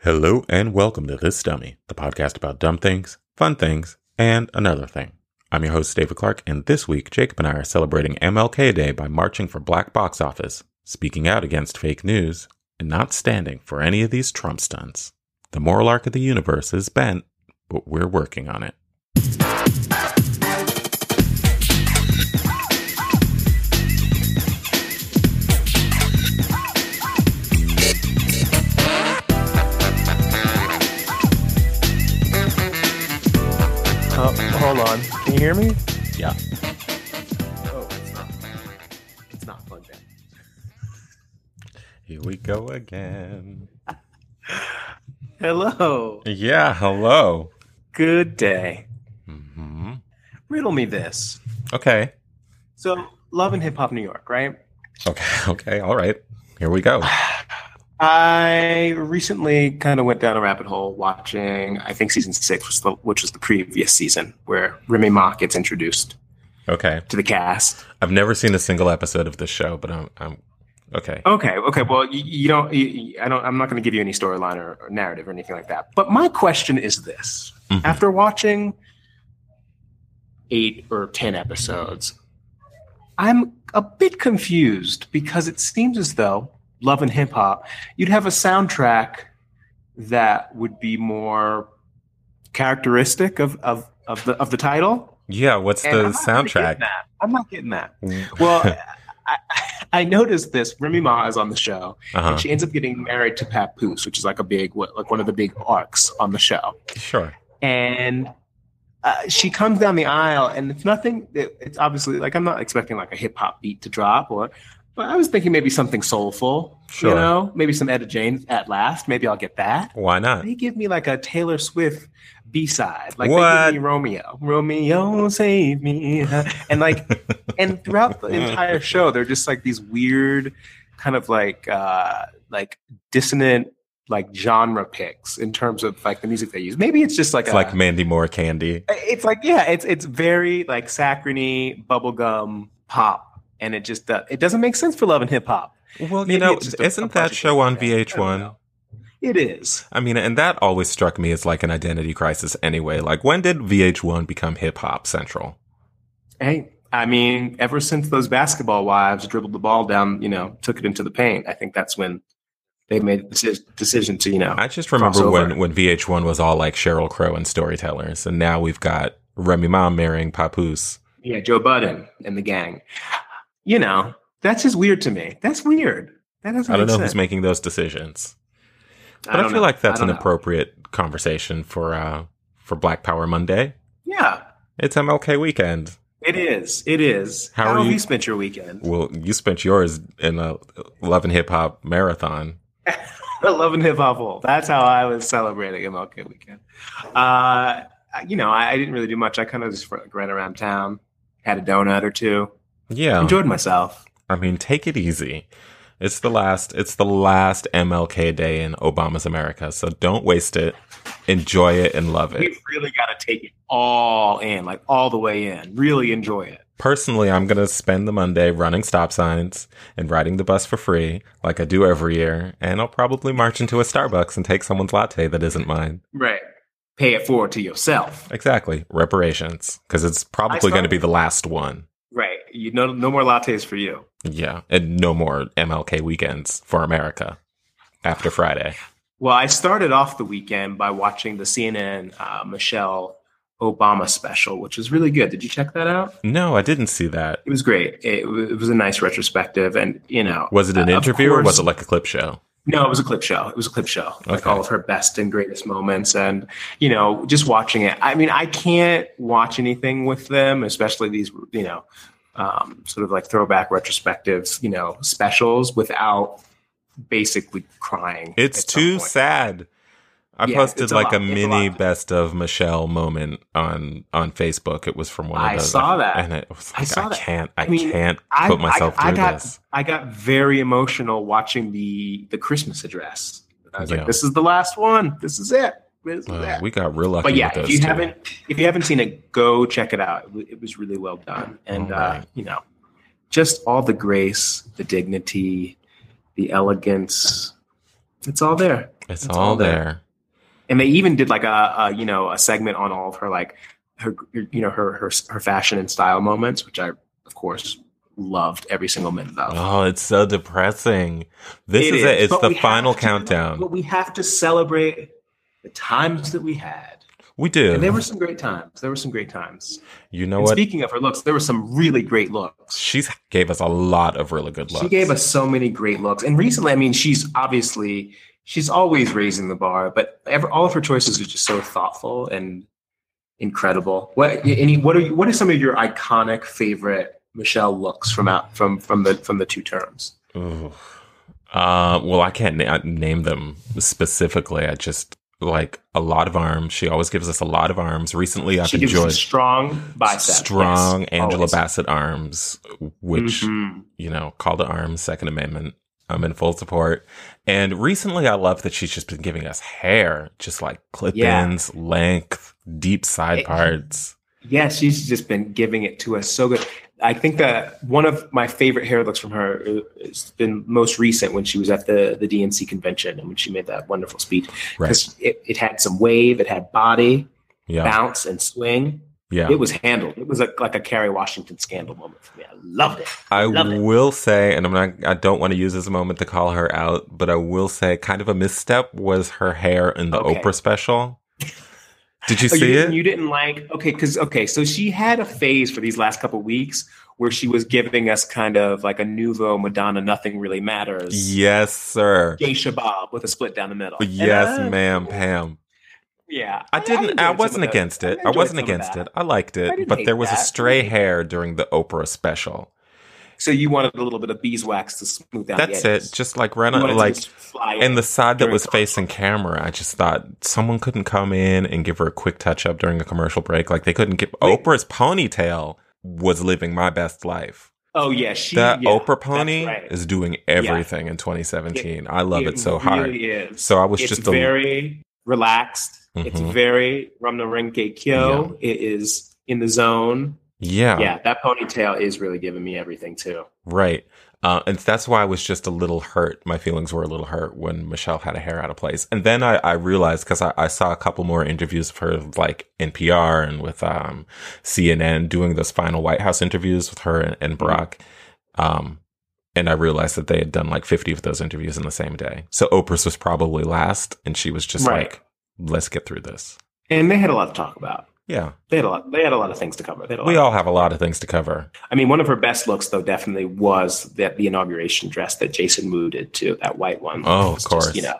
Hello and welcome to This Dummy, the podcast about dumb things, fun things, and another thing. I'm your host, David Clark, and this week, Jacob and I are celebrating MLK Day by marching for Black Box Office, speaking out against fake news, and not standing for any of these Trump stunts. The moral arc of the universe is bent, but we're working on it. Uh, hold on. Can you hear me? Yeah. Oh, it's not. It's not plugged in. Here we go again. Hello. Yeah, hello. Good day. hmm Riddle me this. Okay. So, love and hip hop New York, right? Okay. Okay. All right. Here we go. I recently kind of went down a rabbit hole watching. I think season six was the which was the previous season where Remy Ma gets introduced Okay. to the cast. I've never seen a single episode of this show, but I'm, I'm okay. Okay, okay. Well, you, you don't. You, you- I don't. I'm not going to give you any storyline or, or narrative or anything like that. But my question is this: Mhm. after watching eight or ten episodes, I'm a bit confused because it seems as though Love and Hip Hop, you'd have a soundtrack that would be more characteristic of of of the of the title. Yeah. What's And the I'm not really getting soundtrack? Mm. that. I'm not getting that. Well, I, I noticed this. Remy Ma is on the show. uh-huh. She ends up getting married to Papoose, which is like a big, what, like one of the big arcs on the show. sure. And uh, she comes down the aisle, and it's nothing. It, it's obviously like I'm not expecting like a hip hop beat to drop, or but I was thinking maybe something soulful. Sure. You know, maybe some Etta James at last. Maybe I'll get that. Why not? They give me like a Taylor Swift B side. Like What? they give me Romeo. Romeo save me. And like and throughout the entire show, they're just like these weird kind of like uh like dissonant like genre picks in terms of like the music they use. Maybe it's just like It's a, like Mandy Moore candy. it's like yeah, it's it's very like saccharine bubblegum pop. And it just uh, it doesn't make sense for love and hip hop. Well, you Maybe know, it's just a- a isn't bunch that of show on different things. I don't VH1? know. It is. I mean, and that always struck me as like an identity crisis anyway. Like, when did VH1 become hip hop central? Hey, I mean, ever since those basketball wives dribbled the ball down, you know, took it into the paint, I think that's when they made the deci- decision to, you know, I just remember Crossover. when, when VH1 was all like Cheryl Crow and storytellers, and now we've got Remy Ma marrying Papoose. yeah, Joe Budden and the gang. You know, that's just weird to me. That's weird. That doesn't I don't make know sense. who's making those decisions. But I, don't feel know. like that's I an don't know. appropriate conversation for uh, for Black Power Monday. Yeah, It's MLK weekend. it is. It is. How How, are have you- you spent your weekend? Well, you spent yours in a love and hip hop marathon. Love and hip hop hole. That's how I was celebrating MLK weekend. Uh, you know, I, I didn't really do much. I kind of just ran around town, had a donut or two, Yeah, enjoyed myself. I mean, take it easy. It's the last. It's the last MLK day in Obama's America, so don't waste it. Enjoy it and love it. We've really got to take it all in, like all the way in. Really enjoy it. Personally, I'm gonna spend the Monday running stop signs and riding the bus for free, like I do every year, and I'll probably march into a Starbucks and take someone's latte that isn't mine. Right. Pay it forward to yourself. Exactly. Reparations. Because it's probably start- going to be the last one. Right. You no no more lattes for you. Yeah. And no more MLK weekends for America after Friday. Well, I started off the weekend by watching the CNN uh, Michelle Obama special, which was really good. Did you check that out? No, I didn't see that. It was great. It, w- it was a nice retrospective, and you know, Was it an Uh, of interview or was course. it like a clip show? No, it was a clip show. It was a clip show. Like Okay. all of her best and greatest moments. And, you know, just watching it. I mean, I can't watch anything with them, especially these, you know, um, sort of like throwback retrospectives, you know, specials without basically crying. It's at some too point. sad. I Yeah, posted it's a like lot. a, It's a mini lot. best of Michelle moment on on Facebook. It was from one of I those. saw that. and it was like I I, saw that. can't, I, I mean, can't I- put myself I, I through got, this. I got very emotional watching the the Christmas address. I was Yeah. like, this is the last one. This is it. This is Uh, it. we got real lucky. but yeah, with those if you two. haven't if you haven't seen it, go check it out. It wa- It was really well done, and All right. uh, you know, just all the grace, the dignity, the elegance, It's all there. It's, all, there. And they even did like a, a you know a segment on all of her like her you know her her her fashion and style moments, which I of course loved every single minute of. Oh, it's so depressing. This It is it. is, It's but the we have final to- countdown. But we have to celebrate the times that we had. we do. And there were some great times. There were some great times. you know And what? speaking of her looks, there were some really great looks. She's gave us a lot of really good looks. She gave us so many great looks. And recently, I mean, she's obviously she's always raising the bar, but ever, all of her choices are just so thoughtful and incredible. What any what are you, what are some of your iconic favorite Michelle looks from out from from the from the two terms? Ooh. Uh, well, I can't na- name them specifically. I just like a lot of arms. She always gives us a lot of arms. Recently, I've she gives enjoyed us strong biceps, strong yes, Angela always. Bassett arms, which Mhm. you know, call to arms, Second Amendment. I'm in full support. And recently, I love that she's just been giving us hair, just like clip ins, length, deep side It- parts. Yeah, she's just been giving it to us so good. I think that one of my favorite hair looks from her has been most recent when she was at the, the DNC convention and when she made that wonderful speech. Because it, it had some wave, it had body, Yeah. bounce, and swing. Yeah. It was handled. It was a, like a Kerry Washington scandal moment for me. I loved it. I love it. will say, and I'm not, I don't want to use this moment to call her out, but I will say kind of a misstep was her hair in the Okay. Oprah special. Did you Oh, you, see didn't, it? you didn't like okay because okay so she had a phase for these last couple weeks where she was giving us kind of like a nouveau madonna nothing really matters yes, sir. geisha bob with a split down the middle And Yes, I- ma'am, Pam. yeah I didn't. enjoyed I, some wasn't of those. against it. I enjoyed wasn't some of against that. it. I liked I it, didn't but hate there was a that. stray hair during the Oprah special. so you wanted a little bit of beeswax to smooth out That's the it. edges. Just like right on, You wanted to like just fly and it. the side that during was commercial. facing camera. I just thought someone couldn't come in and give her a quick touch up during a commercial break. Like they couldn't give Wait. Oprah's ponytail was living my best life. oh yeah she That yeah, Oprah that's pony right. is doing everything in 2017. I love it, so hard. really is. So I was it's just a, very relaxed. It's Mhm. very Rumnarenke Kyo. It is in the zone. yeah, Yeah, that ponytail is really giving me everything too. right. Uh, and that's why I was just a little hurt. My feelings were a little hurt when Michelle had a hair out of place. And then I, I realized because I, I saw a couple more interviews of her, like NPR and with um, CNN doing those final White House interviews with her and, and Barack. Um, and I realized that they had done like 50 of those interviews in the same day. So Oprah's was probably last. And she was just Right. like, let's get through this. And they had a lot to talk about. Yeah. They had a lot. They had a lot of things to cover. They had a lot. We all have a lot of things to cover. I mean, one of her best looks though definitely was that the inauguration dress that Jason Moo did too. That white one. Oh, of It was just, course. you know,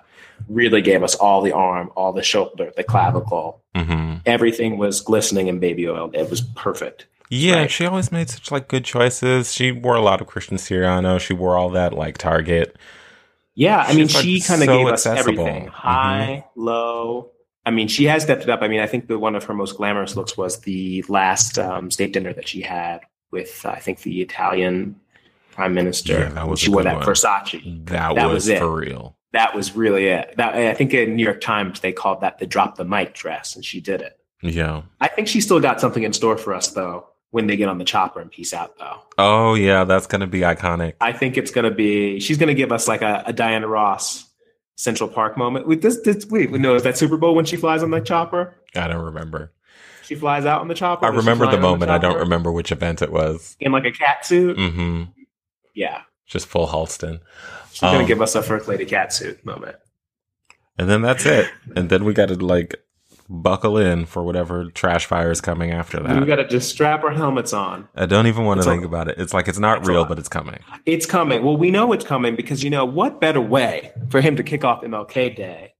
really gave us all the arm, all the shoulder, the clavicle. hmm Everything was glistening in baby oil. It was perfect. Yeah, Right. she always made such like good choices. She wore a lot of Christian Siriano. She wore all that like Target. Yeah, I mean, She's, like, she kind of so gave us accessible. everything Mhm. high, low. I mean, she has stepped it up. I mean, I think the one of her most glamorous looks was the last um, state dinner that she had with, I think, the Italian prime minister. Yeah, that was she a wore good that one. Versace. That, That was, was it. for real. That was really it. That I think in New York Times they called that the drop the mic dress, and she did it. Yeah. I think she still got something in store for us though when they get on the chopper and peace out though. Oh yeah, that's gonna be iconic. I think it's going to be she's going to give us like a, a Diana Ross Central Park moment. Wait, this, this wait, no, is that Super Bowl when she flies on the chopper? I don't remember. She flies out on the chopper. I Does she remember fly the on moment. I don't chopper? remember which event it was. In like a cat suit. hmm Yeah, Just full Halston. she's going Um, to give us a first lady cat suit moment. And then that's it. and then we gotta like buckle in for whatever trash fire is coming after We that. got to just strap our helmets on. I don't even want to It's a- think about it. It's like it's not It's a real, lot. but it's coming. It's coming. Well, we know it's coming because you know what better way for him to kick off MLK Day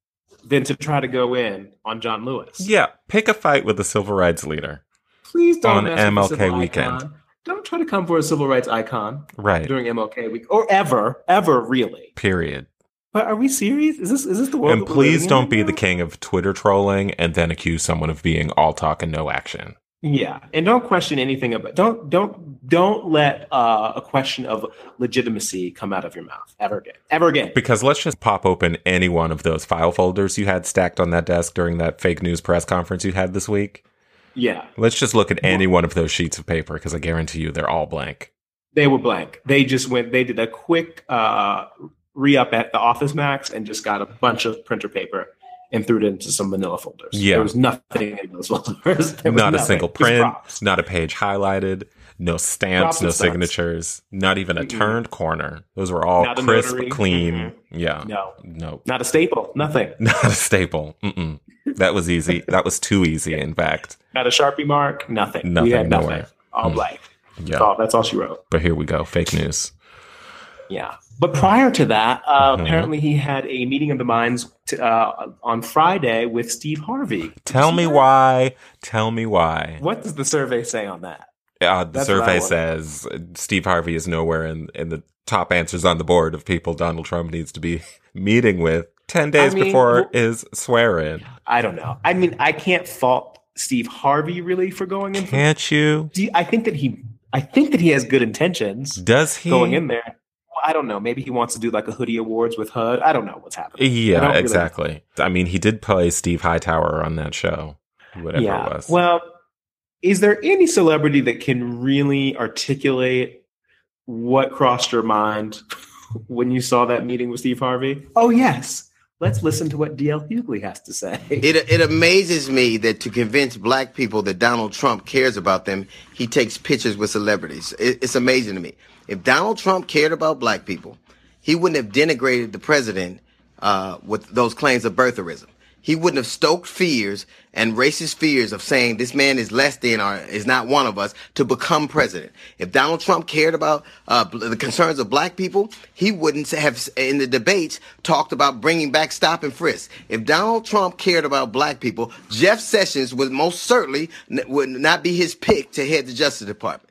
than to try to go in on John Lewis. Yeah. Pick a fight with the civil rights leader. Please don't On mess with MLK the civil weekend. icon. Don't try to come for a civil rights icon. Right. during MLK week or ever, ever really. Period. But are we serious? Is this is this the world? And that we're please living don't in be right the now? king of Twitter trolling and then accuse someone of being all talk and no action. Yeah, and don't question anything about. Don't don't don't let uh, a question of legitimacy come out of your mouth ever again. Ever again. Because let's just pop open any one of those file folders you had stacked on that desk during that fake news press conference you had this week. Yeah, Let's just look at any one of those sheets of paper because I guarantee you they're all blank. they were blank. They just went. They did a quick uh, re up at the Office Max and just got a bunch of printer paper and threw it into some manila folders. Yeah. There was nothing in those folders. There was not a nothing. single Just print, props. not a page highlighted, no stamps, Props and no stamps. signatures, not even a Mm-mm. turned corner. Those were all Not a crisp, notary. clean. Mhm. Yeah. No, No, not a staple, nothing. not a staple. Mm-mm. That was easy. that was too easy, in fact. Not a Sharpie mark, nothing. Nothing, we had nothing. nowhere. All Mm. black. That's, Yeah. all, that's all she wrote. But here we go. Fake news. Yeah. But prior to that, uh, Mhm. apparently he had a meeting of the minds t- uh, on Friday with Steve Harvey. Tell me why. Tell me why. What does the survey say on that? Uh, the That's what I survey want. says uh, Steve Harvey is nowhere in, in the top answers on the board of people Donald Trump needs to be meeting with 10 days mean, before wh- his swear in. I don't know. I mean, I can't fault Steve Harvey really for going in. For, Can't you? do you- I think that he, I think that he has good intentions Does he? going in there. Well, I don't know. Maybe he wants to do like a hoodie awards with HUD. I don't know what's happening. I Yeah, don't really- exactly. I mean, he did play Steve Hightower on that show, whatever yeah. it was. Well, is there any celebrity that can really articulate what crossed your mind when you saw that meeting with Steve Harvey? Oh yes. Let's listen to what DL Hughley has to say. It, it amazes me that to convince black people that Donald Trump cares about them, he takes pictures with celebrities. It, it's amazing to me. If Donald Trump cared about black people, he wouldn't have denigrated the president uh, with those claims of birtherism. He wouldn't have stoked fears and racist fears of saying this man is less than or is not one of us to become president. If Donald Trump cared about uh, bl- the concerns of black people, he wouldn't have in the debates talked about bringing back stop and frisk. If Donald Trump cared about black people, Jeff Sessions would most certainly n- would not be his pick to head the Justice Department.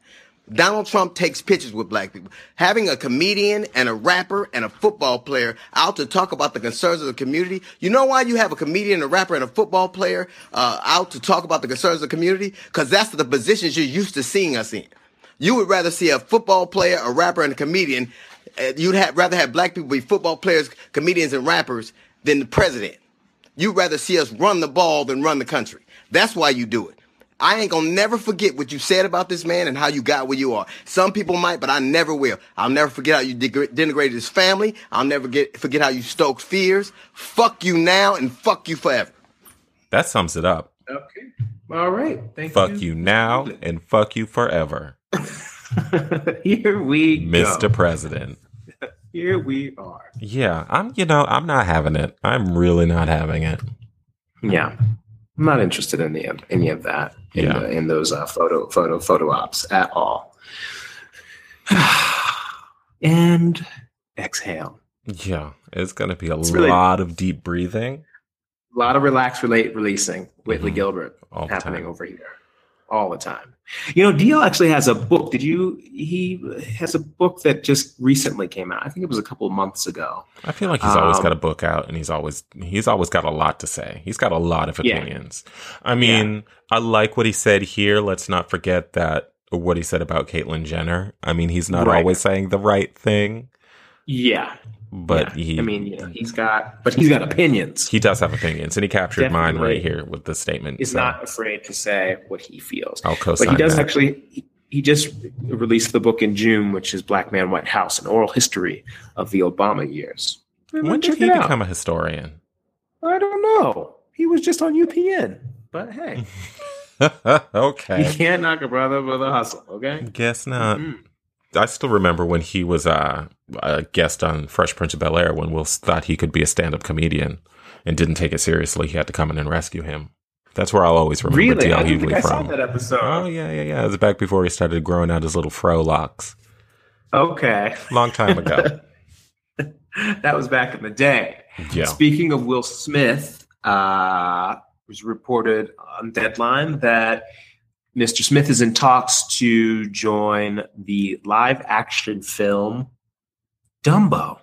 Donald Trump takes pictures with black people. Having a comedian and a rapper and a football player out to talk about the concerns of the community. You know why you have a comedian, a rapper, and a football player uh, out to talk about the concerns of the community? Because that's the positions you're used to seeing us in. You would rather see a football player, a rapper, and a comedian. uh, You'd ha- rather have black people be football players, comedians, and rappers than the president. You'd rather see us run the ball than run the country. That's why you do it. I ain't gonna never forget what you said about this man and how you got where you are. Some people might, but I never will. I'll never forget how you degre- denigrated his family. I'll never get forget how you stoked fears. Fuck you now and fuck you forever. that sums it up. Okay. All right. Thank Fuck you now and fuck you forever, Here we Mr. go. President. Here we are. Yeah, I'm, you know, I'm not having it. I'm really not having it. Yeah. I'm not interested in the any of that in, Yeah. the, in those uh, photo photo photo ops at all. and exhale. Yeah, it's going to be a It's really- lot of deep breathing A lot of relax, relate, releasing. Whitley Mhm. Gilbert all the happening time. over here all the time. You know, Dio actually has a book. Did you? He has a book that just recently came out. I think it was a couple months ago. I feel like he's always Um, got a book out and he's always he's always got a lot to say. He's got a lot of Yeah. opinions. I mean, I like what he said here. Let's not forget that what he said about Caitlyn Jenner. I mean, he's not Right. always saying the right thing, Yeah, but yeah. he I mean, you know, he's got, but he's got opinions. he does have opinions and he captured mine Definitely. right here with this statement. He's so not afraid to say what he feels. I'll co But he does that. actually. He, he just released the book in June, which is Black Man, White House: An Oral History of the Obama Years. when did Check he it out. become a historian? I don't know. He was just on UPN, but hey, you okay. can't knock a brother with a hustle. Okay. Guess not. Mhm. I still remember when he was uh, a guest on Fresh Prince of Bel Air when Will thought he could be a stand up comedian and didn't take it seriously. He had to come in and rescue him. That's where I'll always remember Really? D.L. I don't think I Hughley saw from. that episode. Oh, yeah, yeah, yeah. It was back before he started growing out his little fro locks. Oh, Okay. Long time ago. That was back in the day. yeah. Speaking of Will Smith, uh, it was reported on Deadline that Mr. Smith is in talks to join the live action film Dumbo.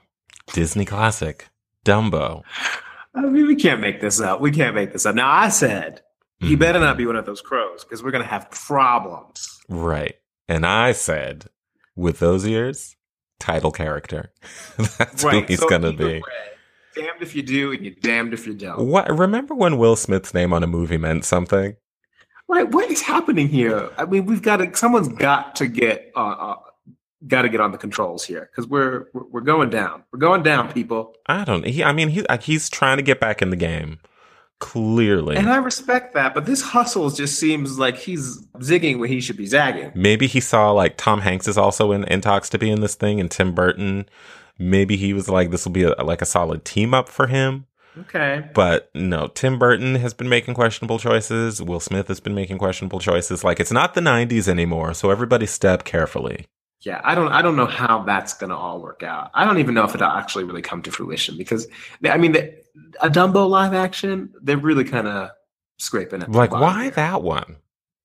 Disney classic. Dumbo. I mean, we can't make this up. We can't make this up. Now, I said he Mhm. better not be one of those crows because we're going to have problems. Mm-hmm. Right. And I said, with those ears, title character. That's who he's so going to either be. way, damned if you do, and you're damned if you don't. What? Remember when Will Smith's name on a movie meant something? Right, what is happening here? I mean, we've got to, someone's got to get uh, uh, got to get on the controls here because we're we're we're going down. We're going down, people. I don't. He, I mean, he like, he's trying to get back in the game. Clearly, And I respect that, but this hustle just seems like he's zigging when he should be zagging. maybe he saw like Tom Hanks is also in, in talks to be in this thing, and Tim Burton. Maybe he was like, this will be a, like a solid team up for him. Okay. But no, Tim Burton has been making questionable choices. Will Smith has been making questionable choices. Like it's not the '90s anymore, so everybody step carefully. Yeah, I don't I don't know how that's going to all work out. I don't even know if it'll actually really come to fruition because I mean the, a Dumbo live action, they're really kind of scraping it. Like why that one?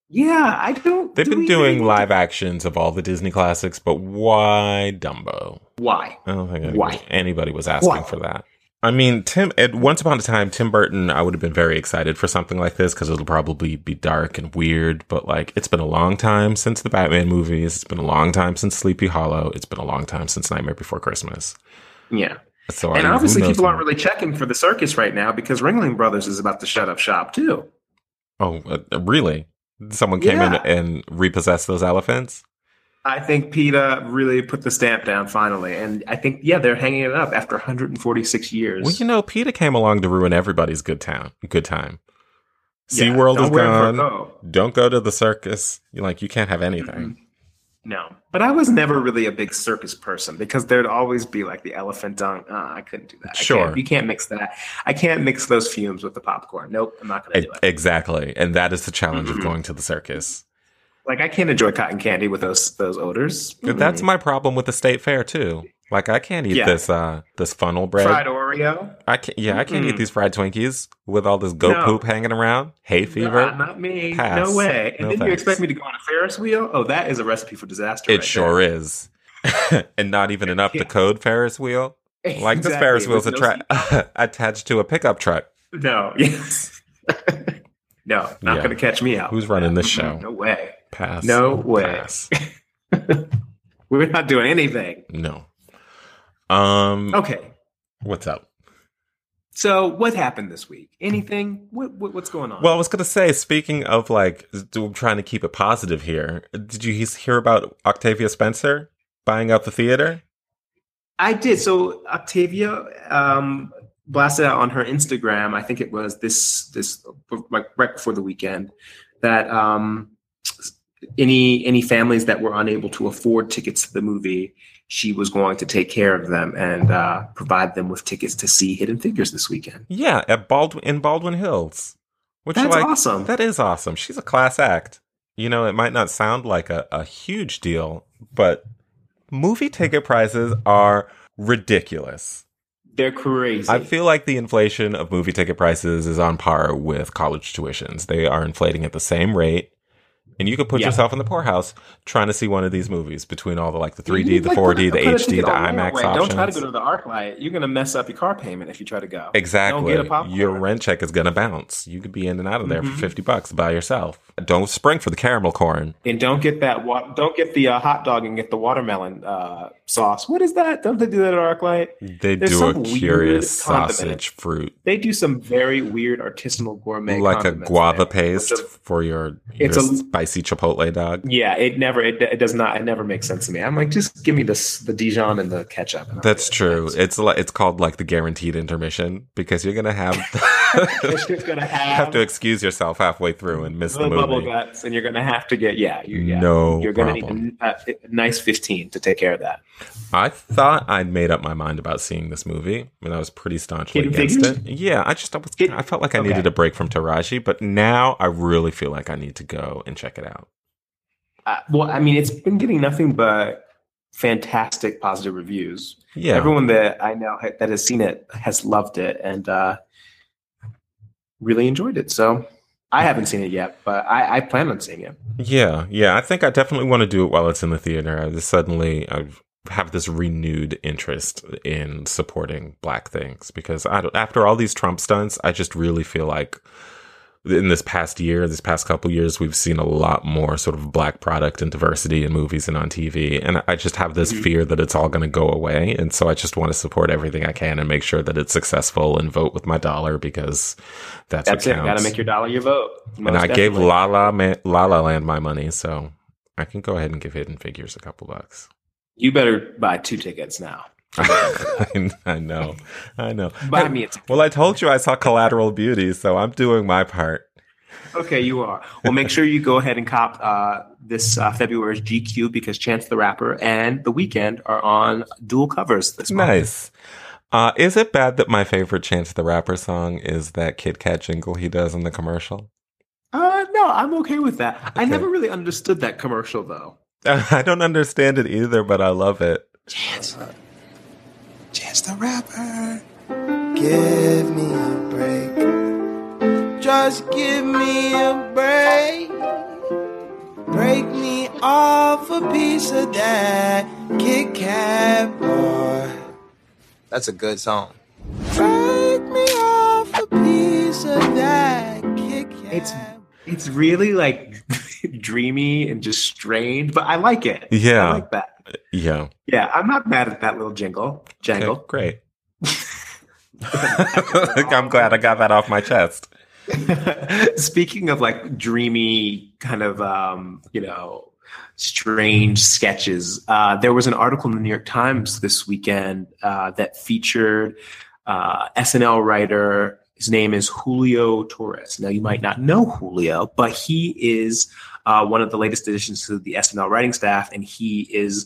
Yeah, I don't. They've do been we really doing need live actions of all the Disney classics, but why Dumbo? to- Why? I don't think anybody, Why? anybody was asking Why? for that. I mean, Tim. At once upon a time, Tim Burton. I would have been very excited for something like this because it'll probably be dark and weird. But like, it's been a long time since the Batman movies. It's been a long time since Sleepy Hollow. It's been a long time since Nightmare Before Christmas. Yeah, So I and mean, who obviously knows people aren't when- really checking for the circus right now because Ringling Brothers is about to shut up shop too. Oh, uh, really? Someone came Yeah. in and repossessed those elephants. I think PETA really put the stamp down finally, and I think yeah they're hanging it up after 146 years. Well, you know, Peter came along to ruin everybody's good town, good time. Yeah, SeaWorld don't is wear it for a gone. bow. Don't go to the circus. You're like, you can't have anything. No, but I was never really a big circus person because there'd always be like the elephant dung. Uh, I couldn't do that. I can't- Sure. you can't mix that. I can't mix those fumes with the popcorn. Nope, I'm not gonna E- do it. Exactly. And that is the challenge Mhm. of going to the circus. Mm-hmm. Like I can't enjoy cotton candy with those those odors. But That's my problem with the state fair too. Like I can't eat Yeah. this uh this funnel bread. Mm-hmm. fried Oreo. I can't yeah, I can't Mm-mm. eat these fried Twinkies with all this goat No. poop hanging around. Hay fever. Nah, not me. Pass. No way. No And then you thanks. expect me to go on a Ferris wheel? Oh, that is a recipe for disaster. it right sure is. and not even enough Yeah. to code Ferris wheel. there. Like this Exactly. Ferris wheel's a With tra- attached to a pickup truck. No. se- No. Yes. no. Not Yeah. going to catch me out. Who's running this show? Mm-mm, No way. Pass. No way. Pass. We're not doing anything. No. Um Okay. what's up? So what happened this week? Anything? What, what what's going on? Well, I was going to say, speaking of like d- trying to keep it positive here, did you he's- hear about Octavia Spencer buying out the theater? I did. So Octavia um, blasted out on her Instagram. I think it was this this like right before the weekend that um, any any families that were unable to afford tickets to the movie, she was going to take care of them and uh, provide them with tickets to see Hidden Figures this weekend. Yeah, at Baldwin in Baldwin Hills. Which That's like awesome. that is awesome. She's a class act. You know, it might not sound like a, a huge deal, but movie ticket prices are ridiculous. They're crazy. I feel like the inflation of movie ticket prices is on par with college tuitions. They are inflating at the same rate. And you could put Yeah. yourself in the poorhouse trying to see one of these movies between all the like the 3D, You the like 4D, put the a- put a HD, the ticket IMAX on Railway. options. Don't try to go to the ArcLight. You're going to mess up your car payment if you try to go. Don't exactly. get a popcorn. Your rent check is going to bounce. You could be in and out of there Mhm. for 50 bucks by yourself. Don't spring for the caramel corn. And don't get that. Wa- don't get the uh, hot dog and get the watermelon uh, sauce. What is that? Don't they do that at ArcLight? They There's do a some weird curious condiment. sausage fruit They do some very weird artisanal gourmet, like a condiments guava there. paste It's a- for your, your it's a- spicy chipotle dog. yeah, it never. It, it does not. It never makes sense to me. I'm like, just give me this, the Dijon and the ketchup. and I'll That's do it. true. It's like it's called like the guaranteed intermission because you're gonna have It's just gonna have, have to excuse yourself halfway through and miss the the bubble movie. guts, and you're gonna have to get yeah. You, yeah. No you're gonna problem. need a, a nice 15 to take care of that. I thought I'd made up my mind about seeing this movie, and I was pretty staunchly Hidden against Figures? it. Yeah, I just I, was, Hidden- I felt like I okay. needed a break from Taraji, but now I really feel like I need to go and check it out. Uh, well, I mean, it's been getting nothing but fantastic positive reviews. Yeah, Everyone that I know ha- that has seen it has loved it and uh, really enjoyed it. So I haven't seen it yet, but I, I plan on seeing it. yeah, yeah. I think I definitely want to do it while it's in the theater. I just suddenly I have this renewed interest in supporting black things because I don't, after all these Trump stunts, I just really feel like in this past year, this past couple years, we've seen a lot more sort of black product and diversity in movies and on TV. And I just have this Mhm. fear that it's all going to go away. And so I just want to support everything I can and make sure that it's successful and vote with my dollar because that's, That's what it. counts. Got to make your dollar your vote. and Most I gave definitely. La La, Man, La La Land my money. So I can go ahead and give Hidden Figures a couple bucks. You better buy two tickets now. I, I know. I know. Buy Hey, me a ticket. Well, I told you I saw Collateral Beauty, so I'm doing my part. Okay, you are. Well, make sure you go ahead and cop uh, this uh, February's GQ because Chance the Rapper and The Weeknd are on dual covers this month. Nice. Uh, is it bad that my favorite Chance the Rapper song is that Kit Kat jingle he does in the commercial? Uh, no, I'm okay with that. I Okay. never really understood that commercial though. I don't understand it either, but I love it. Chance. Chance the rapper. Give me a break. Just give me a break. Break me off a piece of that Kit Kat bar. That's a good song. Break me off a piece of that Kit Kat. It's it's really like dreamy and just strange, but I like it. Yeah. I like that. Yeah. Yeah, I'm not mad at that little jingle. Okay, Jangle. great. I'm glad I got that off my chest. Speaking of like dreamy kind of um, you know strange sketches, uh, there was an article in the New York Times this weekend uh, that featured uh, SNL writer. His name is Julio Torres. Now you might not know Julio, but he is uh, one of the latest additions to the SNL writing staff, and he is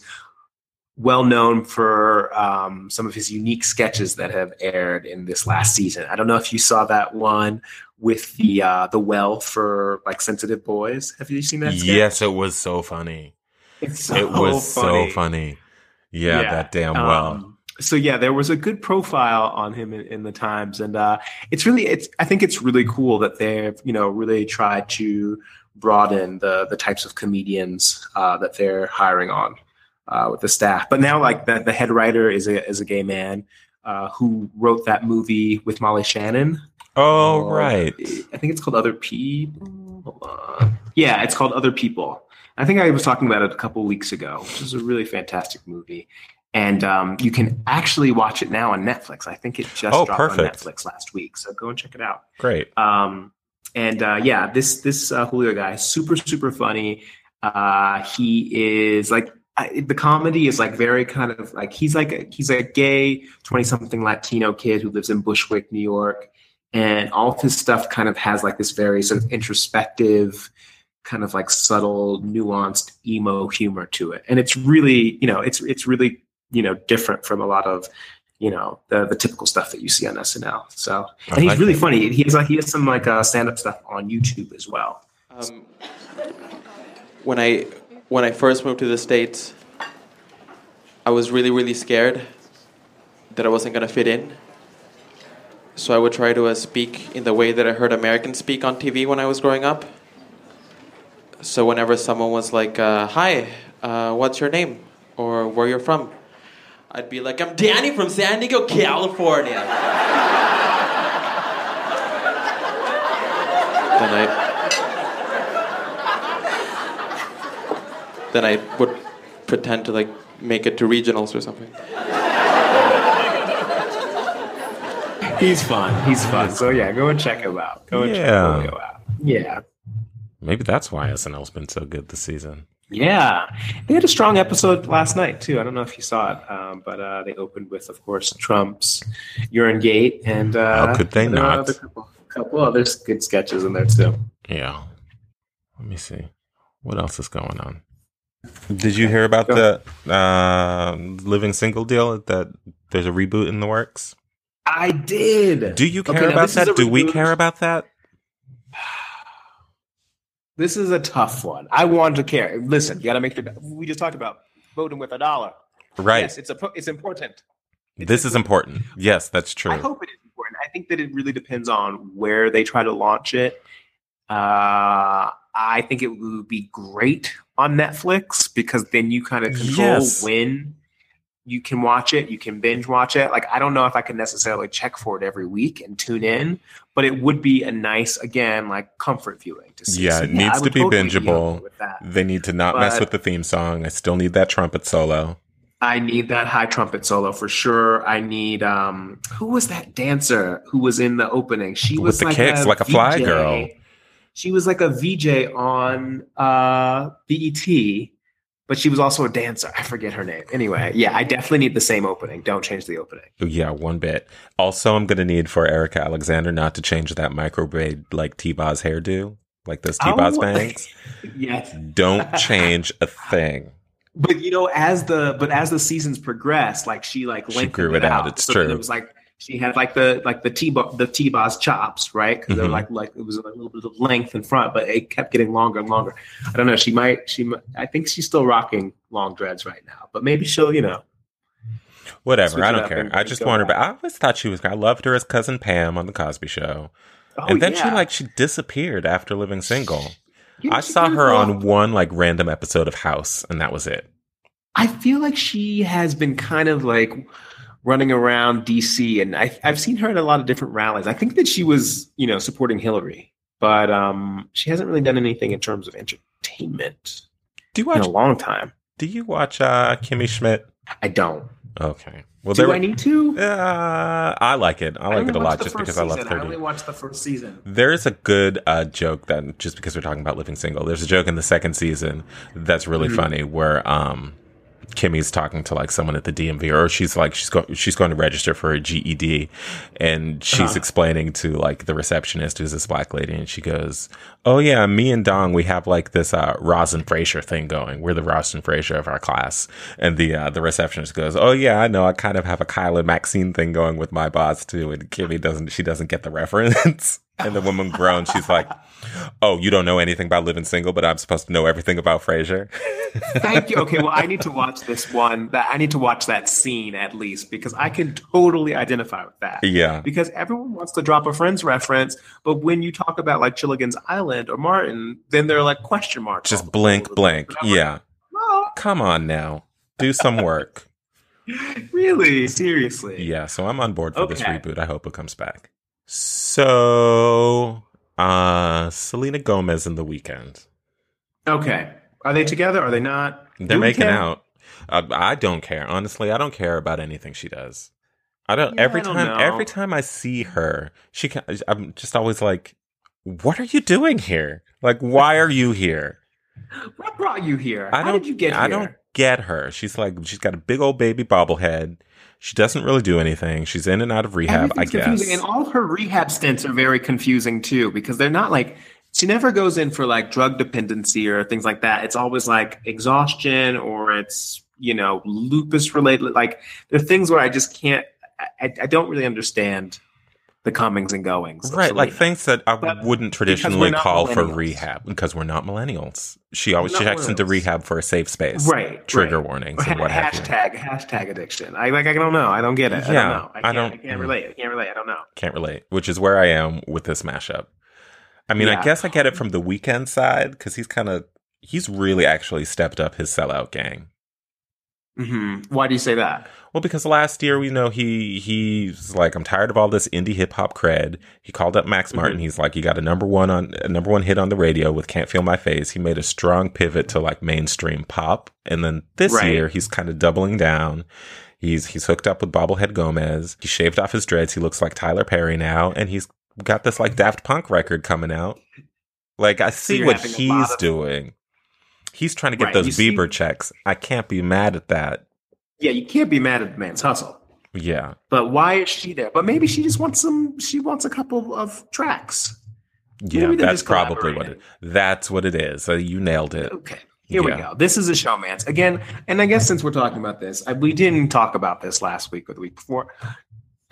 well known for um, some of his unique sketches that have aired in this last season. I don't know if you saw that one with the uh, the well for like sensitive boys. Have you seen that? sketch? Yes, it was so funny. it's so it was Oh, funny. so funny. Yeah, Yeah, that damn well. Um, so yeah, there was a good profile on him in, in the Times, and uh, it's really it's I think it's really cool that they've you know really tried to broaden the the types of comedians uh, that they're hiring on uh, with the staff. But now like the, the head writer is a is a gay man. Uh, who wrote that movie with Molly Shannon? Oh, Uh, right. I think it's called Other People. Hold on. Yeah, it's called Other People. I think I was talking about it a couple weeks ago, which is a really fantastic movie. And um, you can actually watch it now on Netflix. I think it just Oh, dropped on perfect. Netflix last week. So go and check it out. Great. Um, and uh, yeah, this this uh, Julio guy, is super super funny. Uh, he is like I, the comedy is like very kind of like he's like a, he's a gay twenty something Latino kid who lives in Bushwick, New York, and all of his stuff kind of has like this very sort of introspective, kind of like subtle, nuanced emo humor to it, and it's really you know it's it's really you know different from a lot of you know the the typical stuff that you see on SNL. So I and he's like really it. funny. He has like he has some like uh, stand up stuff on YouTube as well. Um, when I when I first moved to the states, I was really really scared that I wasn't gonna fit in. So I would try to uh, speak in the way that I heard Americans speak on TV when I was growing up. So whenever someone was like, uh, "Hi, uh, what's your name?" or "Where you're from," I'd be like, "I'm Danny from San Diego, California." then I. then I would pretend to like make it to regionals or something. He's fun. He's fun. So yeah, go and check him out. Go and Yeah. check Julio out. Yeah. Maybe that's why SNL's been so good this season. Yeah, they had a strong episode last night too. I don't know if you saw it, um, but uh, they opened with, of course, Trump's "Urine Gate" and uh, How could they there were not? Other couple, couple other good sketches in there too. Yeah. Let me see. What else is going on? Did you hear about the uh, living single deal that there's a reboot in the works? I did. Do you care Okay, now about this is that? a Do we reboot. care about that? This is a tough one. I want to care. Listen, you got to make your. We just talked about voting with a dollar. Right. Yes, it's a, it's important. it's this is important. Yes, that's true. I hope it is important. I think that it really depends on where they try to launch it. Uh, I think it would be great on Netflix because then you kind of control Yes. when you can watch it, you can binge watch it. Like I don't know if I can necessarily check for it every week and tune in, but it would be a nice again like comfort viewing to see. Yeah, So, it needs I to would be okay bingeable. with that. They need to not mess But- with the theme song. I still need that trumpet solo. I need that high trumpet solo for sure. I need um who was that dancer who was in the opening? She With was the like kicks, a like a fly VJ. girl. She was like a VJ on uh BET, E But she was also a dancer. I forget her name. Anyway, yeah, I definitely need the same opening. Don't change the opening. Yeah, one bit. Also, I'm gonna need for Erica Alexander not to change that microbraid like T Boz hairdo, like those T Boz Oh. bangs. Yes. Don't change a thing. But you know, as the but as the seasons progressed, like she like She lengthened grew it out, it's So then true. It was like she had like the like the T the T boss chops, right? Because they were Mhm. like like it was a little bit of length in front, but it kept getting longer and longer. I don't know. She might she mi- I think she's still rocking long dreads right now, but maybe she'll you know Whatever, Switch I it don't up care. and- I and just go want her back. back. I always thought she was. I loved her as cousin Pam on the Cosby Show, Oh, and then she yeah. like she disappeared after living single. You know, I she saw kind of her grew on up. one like random episode of House, and that was it. I feel like she has been kind of like running around DC, and I, I've seen her at a lot of different rallies. I think that she was, you know, supporting Hillary, but um, she hasn't really done anything in terms of entertainment Do you in a watch? long time. Do you watch uh, Kimmy Schmidt? I don't. Okay. Well, Do there. I need to? uh, I like it. I like only it a watched lot the just first because I love season. I thirty. only watched the first season. There's a good uh, joke that just because we're talking about living single, there's a joke in the second season that's really funny where um, Kimmy's talking to like someone at the DMV, or she's like she's going she's going to register for a GED, and she's explaining to like the receptionist who's this black lady, and she goes, "Oh yeah, me and Dong, we have like this uh, Ross and Fraser thing going. We're the Ross and Fraser of our class." And the uh, the receptionist goes, "Oh yeah, I know. I kind of have a Kyle and Maxine thing going with my boss too." And Kimmy doesn't she doesn't get the reference, and the woman groans. She's like. Oh, you don't know anything about living single, but I'm supposed to know everything about Frasier. Thank you. Okay, well, I need to watch this one. That I need to watch that scene at least because I can totally identify with that. Yeah. Because everyone wants to drop a friend's reference, but when you talk about like Chilligan's Island or Martin, then they're like question marks. Just blink, blink. Yeah. No, Come on now. Do some work. really, seriously. Yeah. So I'm on board for this Okay. reboot. I hope it comes back. So, uh, Selena Gomez in the weekend. Okay. Are they together? Are they not? They're Do we making care? out. Uh, I don't care. Honestly, I don't care about anything she does. I don't. Yeah, every I don't time, know. every time I see her, she. Can, I'm just always like, "What are you doing here? Like, why are you here?" What brought you here? I How don't, did you get here? I don't get her. She's like she's got a big old baby bobblehead. She doesn't really do anything. She's in and out of rehab, I Everything's guess. confusing. And all her rehab stints are very confusing too, because they're not like she never goes in for like drug dependency or things like that. It's always like exhaustion or it's you know lupus related. Like there are things where I just can't. I, I- I don't really understand the comings and goings. of right, like Selena. things that I But wouldn't we're traditionally not call for millennials. rehab because we're not millennials. She always We're not checks into millennials. rehab for a safe space. Right, Trigger right. warnings and what have you. hashtag hashtag addiction. I like I don't know. I don't get it. I Yeah, don't know. I I can't, I don't- mm. can't relate. I can't relate. I don't know. Can't relate, which is where I am with this mashup. I mean, I Yeah. guess I get it from the weekend side because he's kind of he's really actually stepped up his sellout game. Mhm. Why do you say that? Well, because last year we know he he's like, I'm tired of all this indie hip hop cred. He called up Max Martin. Mm-hmm. He's like, you got a number one on a number one hit on the radio with Can't Feel My Face. He made a strong pivot to like mainstream pop, and then this Right. year he's kind of doubling down. He's he's hooked up with Bobblehead Gomez. He shaved off his dreads. He looks like Tyler Perry now, and he's got this like Daft Punk record coming out. Like I see you're what having a lot he's of- doing. He's trying to get Right, those you see- Bieber checks. I can't be mad at that. Yeah, you can't be mad at the man's hustle. Yeah. But why is she there? But maybe she just wants some. She wants a couple of tracks. Yeah, Maybe they're that's just probably what it. That's what it is. Uh, you nailed it. Okay, here we Yeah. go. This is a showman's again. And I guess since we're talking about this, I, we didn't talk about this last week or the week before.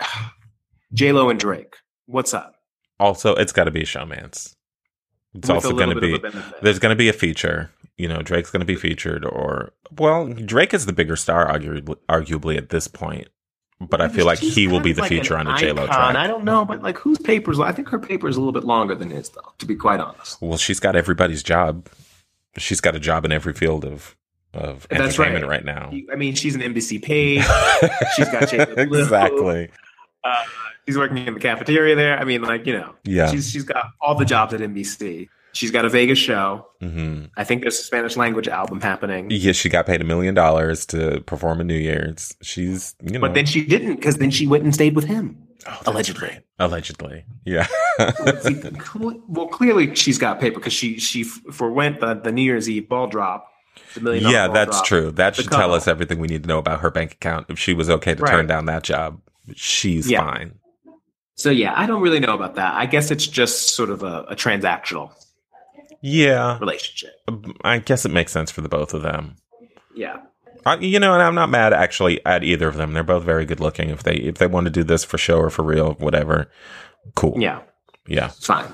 J Lo and Drake, what's up? Also, it's got to be a showman's. It's With a also going little to bit be. of a benefit. There's going to be a feature. You know, Drake's going to be featured, or well, Drake is the bigger star, arguably, arguably at this point. But I feel like She's he will kind be of the like feature an on a J Lo icon. I track. don't know, but like whose papers? I think her paper is a little bit longer than his, though. To be quite honest, Well, she's got everybody's job. She's got a job in every field of of That's right. entertainment right, now. I mean, she's an NBC page. She's got J Lo. exactly. Uh, she's working in the cafeteria there. I mean, like you know, Yeah. she's she's got all the jobs at NBC. She's got a Vegas show. hmm I think there's a Spanish language album happening. Yeah, she got paid a million dollars to perform a New Year's. She's, you know, But then she didn't, because then she went and stayed with him. Oh, allegedly. allegedly, yeah, well, clearly she's got paper because she she forwent the, the New Year's Eve ball drop The million dollar Yeah, ball that's drop. true. That The should tell cutoff. us everything we need to know about her bank account. If she was okay to Right. turn down that job, she's Yeah. fine. So yeah, I don't really know about that. I guess it's just sort of a, a transactional Yeah, relationship. I guess it makes sense for the both of them. Yeah. I, you know, and I'm not mad actually at either of them. They're both very good looking. If they if they want to do this for show or for real, whatever, cool. Yeah. yeah, It's fine.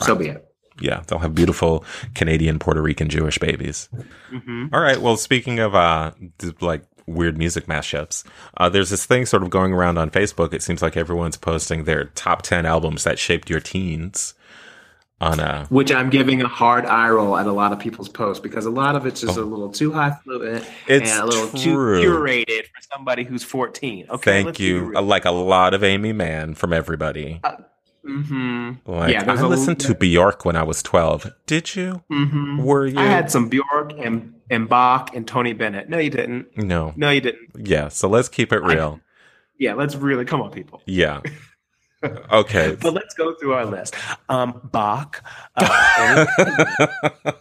So be it. yeah. They'll have beautiful Canadian, Puerto Rican, Jewish babies. Mm-hmm. All right. Well, speaking of uh, d- like weird music mashups, uh, there's this thing sort of going around on Facebook. It seems like everyone's posting their top ten albums that shaped your teens. On uh, Which I'm giving a hard eye roll at a lot of people's posts because a lot of it's just a little too high fluent Oh. It's and a little true. too curated for somebody who's 14. Okay. thank you, uh, like a lot of Amy Mann from everybody. Mm-hmm. Like Uh, yeah, there's I a- listened to Bjork when I was twelve. Did you? Mm-hmm. Were you? I had some Bjork and, and Bach and Tony Bennett. No, you didn't. no. No, you didn't. Yeah. So let's keep it real. Yeah, let's really come on, people. yeah. Okay. But let's go through our list. Um, Bach. Uh,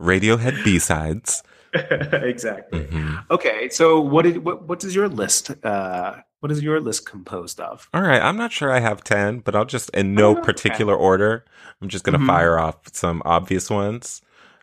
Radiohead Mm-hmm. B sides. Mm. exactly. Okay, so what did what what does your list uh what is your list composed of? All right. I'm not sure I have 10, but I'll just, in no Oh, okay. particular order, I'm just going to Mhm. fire off some obvious ones.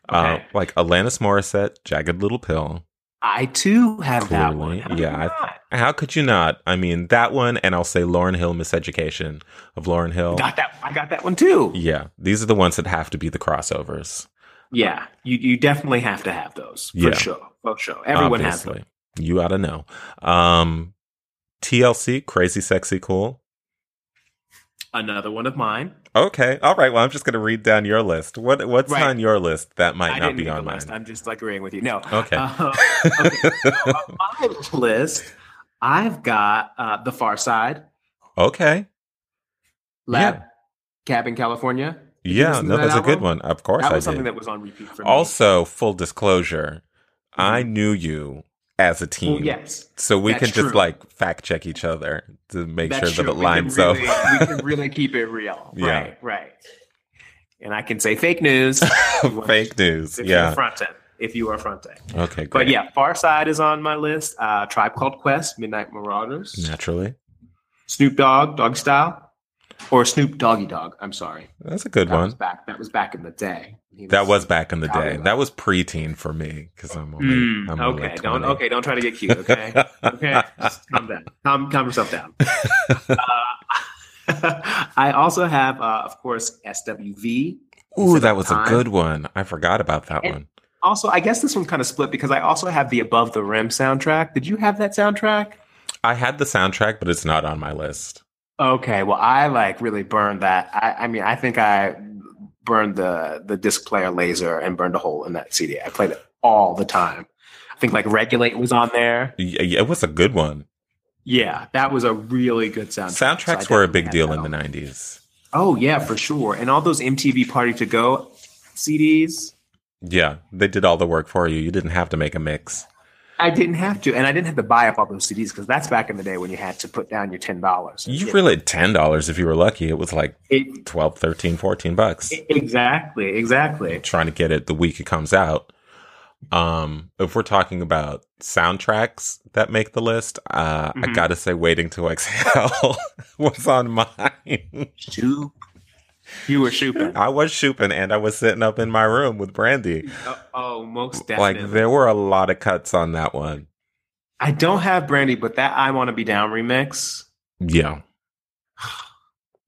Uh, Okay. like Alanis Morissette, Jagged Little Pill. I too have that Clearly, one. How yeah, did I- not? How could you not? I mean, that one, and I'll say Lauren Hill, Miseducation of Lauren Hill. got that I got that one too. Oh. Yeah. These are the ones that have to be the crossovers. Yeah. You you definitely have to have those for Yeah. sure. For sure. Everyone has them. obviously. You ought to know. Um, TLC, Crazy Sexy Cool. Another one of mine. Okay. All right. Well, I'm just going to read down your list. What What's Right. on your list that might I not didn't be make a on mine? list. I'm just agreeing with you. No. Okay. Uh, okay. So on my list, I've got uh, The Far Side, okay. Lab Yeah. Cab in California. Yeah. listen to No, that that's a good album? one. Of course, That was I something did. that was on repeat for me. Mm-hmm. Also, full disclosure, I knew you as a teen. Well, yes. So we That's can just true. like fact check each other to make That's sure that true. it lines we can really, up. we can really keep it real. Yeah. Right, right. And I can say fake news. Fake news. If you're Yeah. front end, if you are front end. Okay. Great. But yeah, Far Side is on my list. Uh, Tribe Called Quest, Midnight Marauders, Naturally. Snoop Dogg, Dog Style, or Snoop Doggy Dog. I'm sorry, That's a good that one. was back. That was back in the day. He That was back in the Probably day. not. That was preteen for me because I'm only. Mm, I'm only okay, don't 20. okay, don't try to get cute. Okay, okay, Just calm down, calm, calm yourself down. Uh, I also have, uh, of course, SWV. Ooh, Is it that was a time? good one. I forgot about that And- one. Also, I guess this one kind of split because I also have the Above the Rim soundtrack. Did you have that soundtrack? I had the soundtrack, but it's not on my list. Okay, well, I like really burned that. I, I mean, I think I burned the the disc player laser and burned a hole in that CD. I played it all the time. I think like Regulate was on there. Y- y- It was a good one. Yeah, that was a really good soundtrack. So I Soundtracks were a definitely big had deal that in the on. 90s. Oh yeah, for sure. And all those MTV Party to Go CDs. Yeah, they did all the work for you. You didn't have to make a mix. I didn't have to, and I didn't have to buy up all those CDs because that's back in the day when you had to put down your ten dollars. You really had $10 if you were lucky. It was like It- 12, 13, 14 bucks exactly, exactly. trying to get it the week it comes out. Um, if we're talking about soundtracks that make the list, uh, I Mhm. gotta say, Waiting to Exhale was on mine. Shoop. You were shooping. I was shooping and I was sitting up in my room with Brandy. Oh, oh, most definitely. Like there were a lot of cuts on that one. I don't have Brandy, but that I Want to Be Down remix Yeah,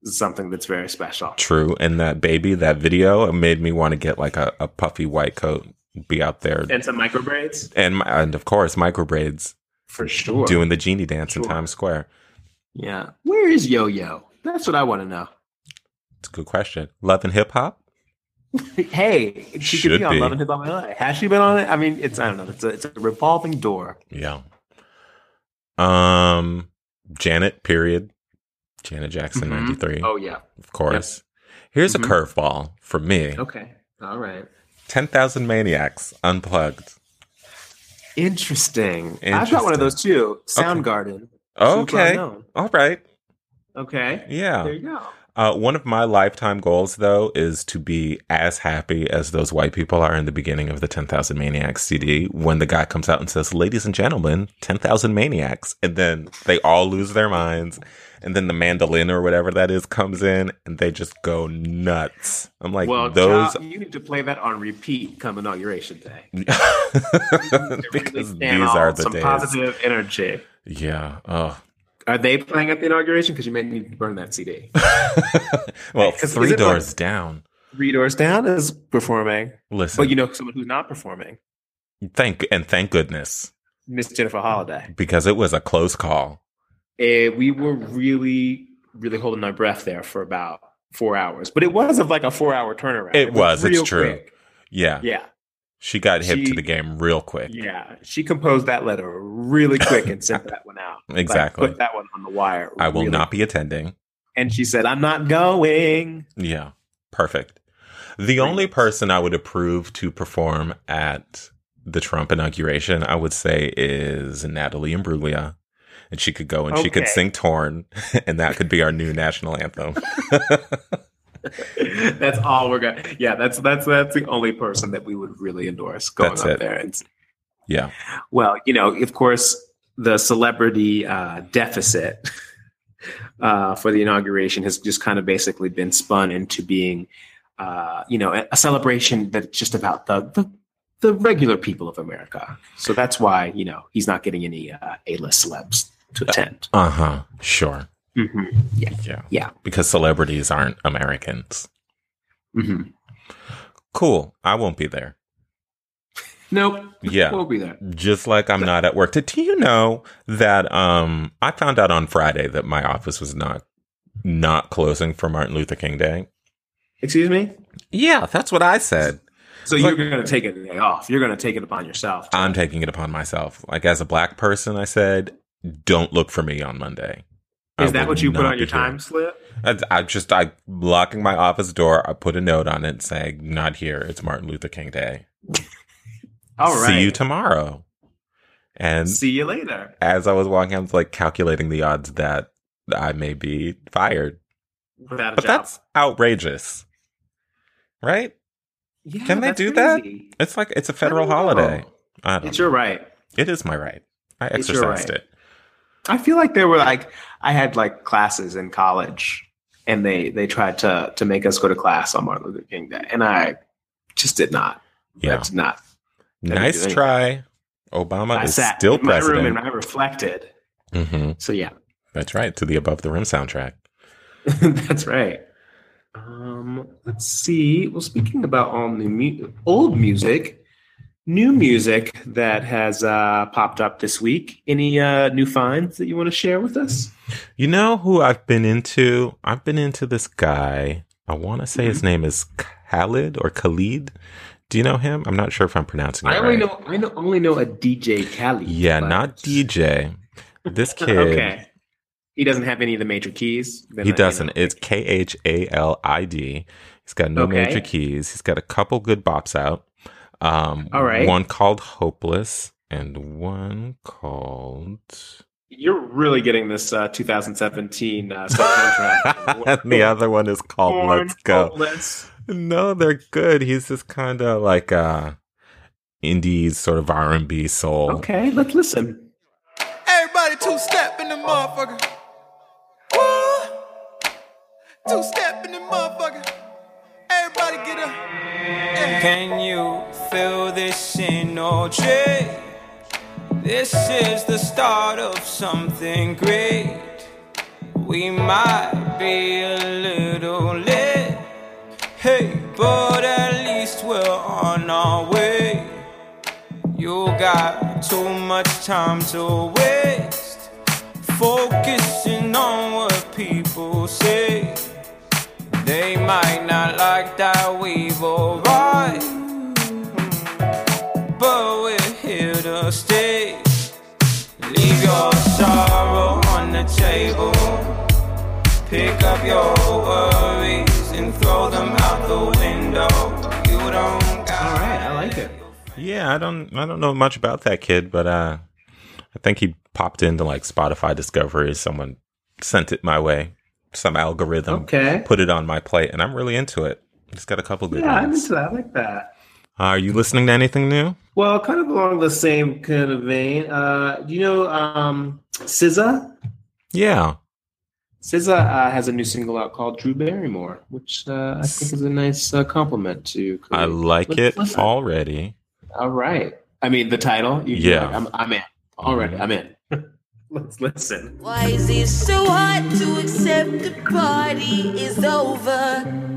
is something that's very special. true. And that baby, that video, it made me want to get like a, a puffy white coat, be out there, And some micro braids? and my, and of course micro braids For sure. doing the genie dance in Sure. Times Square. yeah. Where is Yo Yo? That's what I want to know. It's a good question. Love and hip hop. Hey, she Should could be on be. Love and Hip Hop LA. Has she been on it? I mean, it's I don't know. It's a, it's a revolving door. Yeah. Um, Janet. Period. Janet Jackson, Mhm. ninety three. Oh yeah. Of course. Here's Mhm. a curveball for me. Okay. All right. Ten Thousand Maniacs unplugged. Interesting. I've got one of those too. Soundgarden. Super Okay. Unknown. All right. Okay. Yeah. There you go. Uh, one of my lifetime goals, though, is to be as happy as those white people are in the beginning of the 10,000 Maniacs CD when the guy comes out and says, Ladies and gentlemen, 10,000 Maniacs. And then they all lose their minds. And then the mandolin or whatever that is comes in and they just go nuts. I'm like, well, those. Cha, you need to play that on repeat come inauguration day. because Stand these on are the some days. positive energy. Yeah. Oh. Are they playing at the inauguration? Because you may need to burn that CD. Well, Because three is it like- doors down. Three Doors Down is performing, Listen, but you know someone who's not performing, thank and thank goodness Miss Jennifer Holliday. because it was a close call. Eh, we were really, really holding our breath there for about four hours, but it was of like a four-hour turnaround. It was, it's real true. quick. Yeah, Yeah, she got hip to She- the game real quick. yeah. She composed that letter really quick and sent that one out. Like, Exactly. put that one on the wire. I will really not be attending. and she said, "I'm not going." Yeah, perfect. The only person I would approve to perform at the Trump inauguration, I would say, is Natalie Imbruglia. And she could go and she could Okay. sing Torn, and that could be our new national anthem. that's all we're gonna. Yeah, that's that's that's the only person that we would really endorse going That's up it. there. And, yeah. well, you know, of course, the celebrity uh, deficit uh, for the inauguration has just kind of basically been spun into being, uh, you know, a celebration that's just about the the the regular people of America. So that's why you know he's not getting any uh, A-list celebs to attend. Uh huh. Sure. Mhm. Yeah. Yeah. Yeah. Because celebrities aren't Americans. Mhm. Cool. I won't be there. Nope. Yeah. We'll be there. just like I'm not at work. Did you know that um I found out on Friday that my office was not not closing for Martin Luther King Day? Excuse me. Yeah, that's what I said. So you're going to take it day off. You're going to take it upon yourself. I'm taking it upon myself. Like as a black person, I said, don't look for me on Monday. I Is that will what you put not on be your here. time slip? I, I just I locking my office door. I put a note on it saying, "Not here. It's Martin Luther King Day. All right. See you tomorrow." And See you later. as I was walking, I was like calculating the odds that I may be fired. Without a But job. that's outrageous, right? Yeah, can they that's do that? crazy. It's like it's a federal I don't know. holiday. I don't It's know. your right. It is my right. I It's your exercised right. it. I feel like there were like I had like classes in college, and they they tried to to make us go to class on Martin Luther King Day, and I just did not. I Yeah, did not. didn't do nice anything. try. Obama I is sat still in my room president. and I reflected. hmm So yeah, That's right. To the Above the Rim soundtrack. That's right. Um, let's see. Well, speaking about all new mu- old music, new music that has uh, popped up this week. Any uh, new finds that you want to share with us? You know who I've been into? I've been into this guy. I want to say Mm-hmm. his name is Khalid or Khalid. Do you know him? I'm not sure if I'm pronouncing it I right. only know I know only know a DJ Cali. Yeah, but- not DJ. This kid, okay. He doesn't have any of the major keys. Then he I- doesn't. It's K H A L I D. He's got no Okay. major keys. He's got a couple good bops out. Um, All right. One called Hopeless and one called. You're really getting this uh, 2017 uh, soundtrack. and the other one is called Born Let's Go. Hopeless. No, they're good. He's just kind of like uh indie sort of R and B soul. Okay, let's listen. Everybody two step in the motherfucker. Woo! Two step in the motherfucker. Everybody get up. Can you feel this energy? This is the start of something great. We might be a little late. Hey, but at least we're on our way. You got too much time to waste. Focusing on what people say. They might not like that we've arrived. Mm. But we're here to stay. Leave your sorrow on the table. Pick up your worries and throw them out the window. You don't got All right, I like it. Yeah, I don't I don't know much about that kid, but uh I think he popped into like Spotify Discovery. Someone sent it my way. some algorithm Okay. put it on my plate, and I'm really into it. It's got a couple good Yeah, I'm ones. into that. I like that. Are you listening to anything new? Well, kind of along the same kind of vein. Uh, do you know um, SZA? Yeah. SZA uh, has a new single out called "Drew Barrymore," which uh, I think is a nice uh, compliment to. I Khalid. like Let's it listen. already. All right. I mean, the title. You, Yeah. Mm-hmm. yeah. I'm, I'm in. Already, I'm in. Let's listen. Why is it so hard to accept the party is over?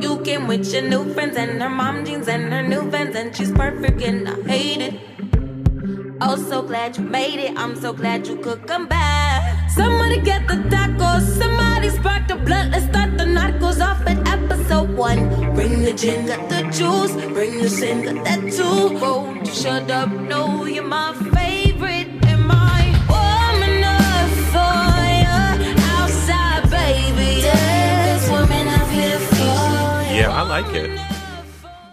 You came with your new friends and her mom jeans and her new vans, and she's perfect, and I hate it. Oh, so glad you made it. I'm so glad you could come back. Somebody get the tacos. Somebody spark the blood. Let's start the narcos off at episode one. Bring the gin, got the juice. Bring the sin, got that too. Won't you shut up? No, you're my favorite. Am I warm enough for you? Outside, baby. Yeah, this woman I'm here for. Yeah, I like it.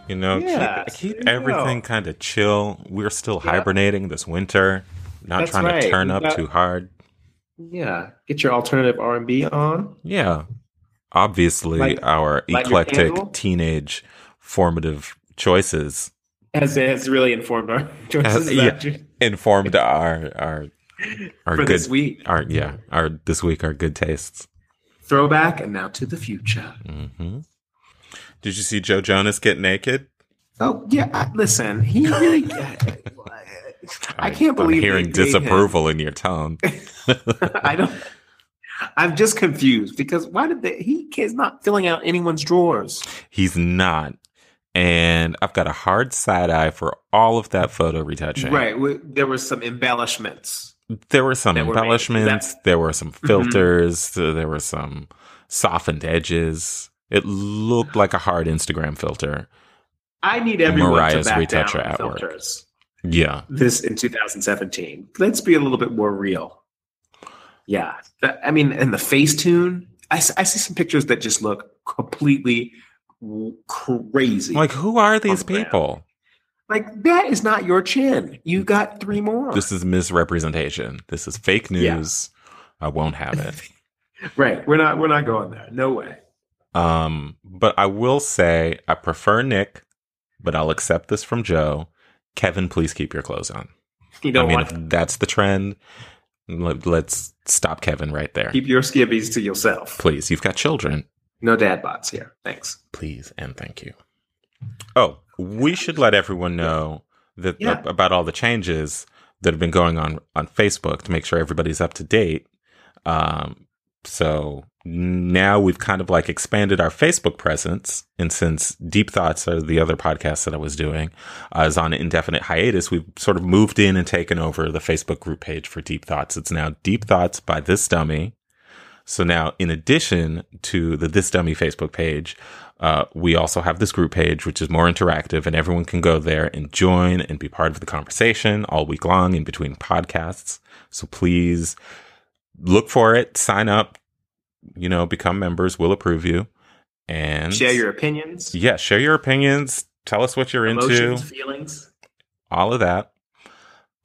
You know, Yeah, keep, there keep you everything go. kind of chill. We're still hibernating this winter, not That's trying to right. turn We up got- too hard. Yeah, get your alternative R and B on. Yeah. Obviously, Like- our like your candle? eclectic teenage formative choices Has has really informed our choices Has- about yeah. you informed our our our for good this week. our yeah, our this week our good tastes. Throwback and now to the future. hmm Did you see Joe Jonas get naked? Oh yeah, I, listen, he really. I can't I'm believe they hearing paid him. disapproval in your tone. I don't. I'm just confused because why did they? He is not filling out anyone's drawers. He's not. And I've got a hard side eye for all of that photo retouching. Right. We, there were some embellishments. There were some That were made. embellishments, That- Mm-hmm. there were some filters, th- there were some softened edges. It looked like a hard Instagram filter. I need everyone Mariah's to back retoucher down on at work. filters. Yeah. This in 2017. Let's be a little bit more real. Yeah. That- I mean, and the Facetune. I, s- I see some pictures that just look completely w- crazy. Like, who are these On the ground. people? Like that is not your chin. You got three more. Mm-hmm. This is misrepresentation. This is fake Yeah. news. I won't have it. right. We're not. We're not going there. No way. Um, but I will say I prefer Nick, but I'll accept this from Joe. Kevin, please keep your clothes on. You don't I mean, want if that's the trend, let, let's stop Kevin right there. keep your skibbies to yourself. Please, you've got children. No dad bots here. Thanks. Please and thank you. Oh, we should let everyone know that Yeah. about all the changes that have been going on on Facebook to make sure everybody's up to date. Um, so now we've kind of like expanded our Facebook presence, and since Deep Thoughts are the other podcast that I was doing uh, is on indefinite hiatus, we've sort of moved in and taken over the Facebook group page for Deep Thoughts. It's now Deep Thoughts by This Dummy. So now, in addition to the This Dummy Facebook page, uh, we also have this group page, which is more interactive, and everyone can go there and join and be part of the conversation all week long in between podcasts. So please look for it, sign up, you know, become members. We'll approve you. And Share your opinions, yeah, share your opinions. Tell us what you're emotions, into feelings. all of that.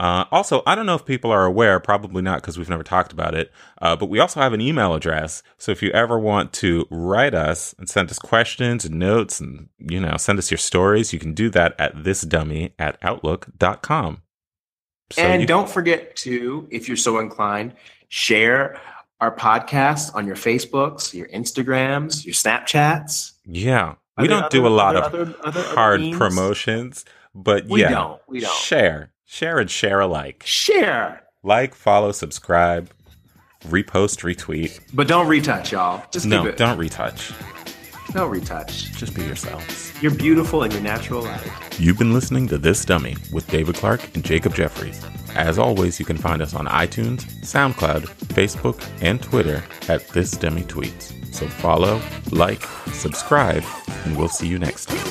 Uh, also, I don't know if people are aware, probably not because we've never talked about it, uh, but we also have an email address. So if you ever want to write us and send us questions and notes and, you know, send us your stories, you can do that at thisdummy at outlook.com. So and you- don't forget to, if you're so inclined, share our podcast on your Facebooks, your Instagrams, your Snapchats. yeah, Are we there don't do a other- lot are of there other- other- other hard means? promotions, but We yeah, don't. We don't. share, share and share alike. Share, Like, follow, subscribe, repost, retweet. but don't retouch, y'all. Just No, keep it. don't retouch. No retouch. Just be yourselves. You're beautiful in your natural light. You've been listening to This Dummy with David Clark and Jacob Jeffries. As always, you can find us on iTunes, SoundCloud, Facebook, and Twitter at This Dummy Tweets. So follow, like, subscribe, and we'll see you next time.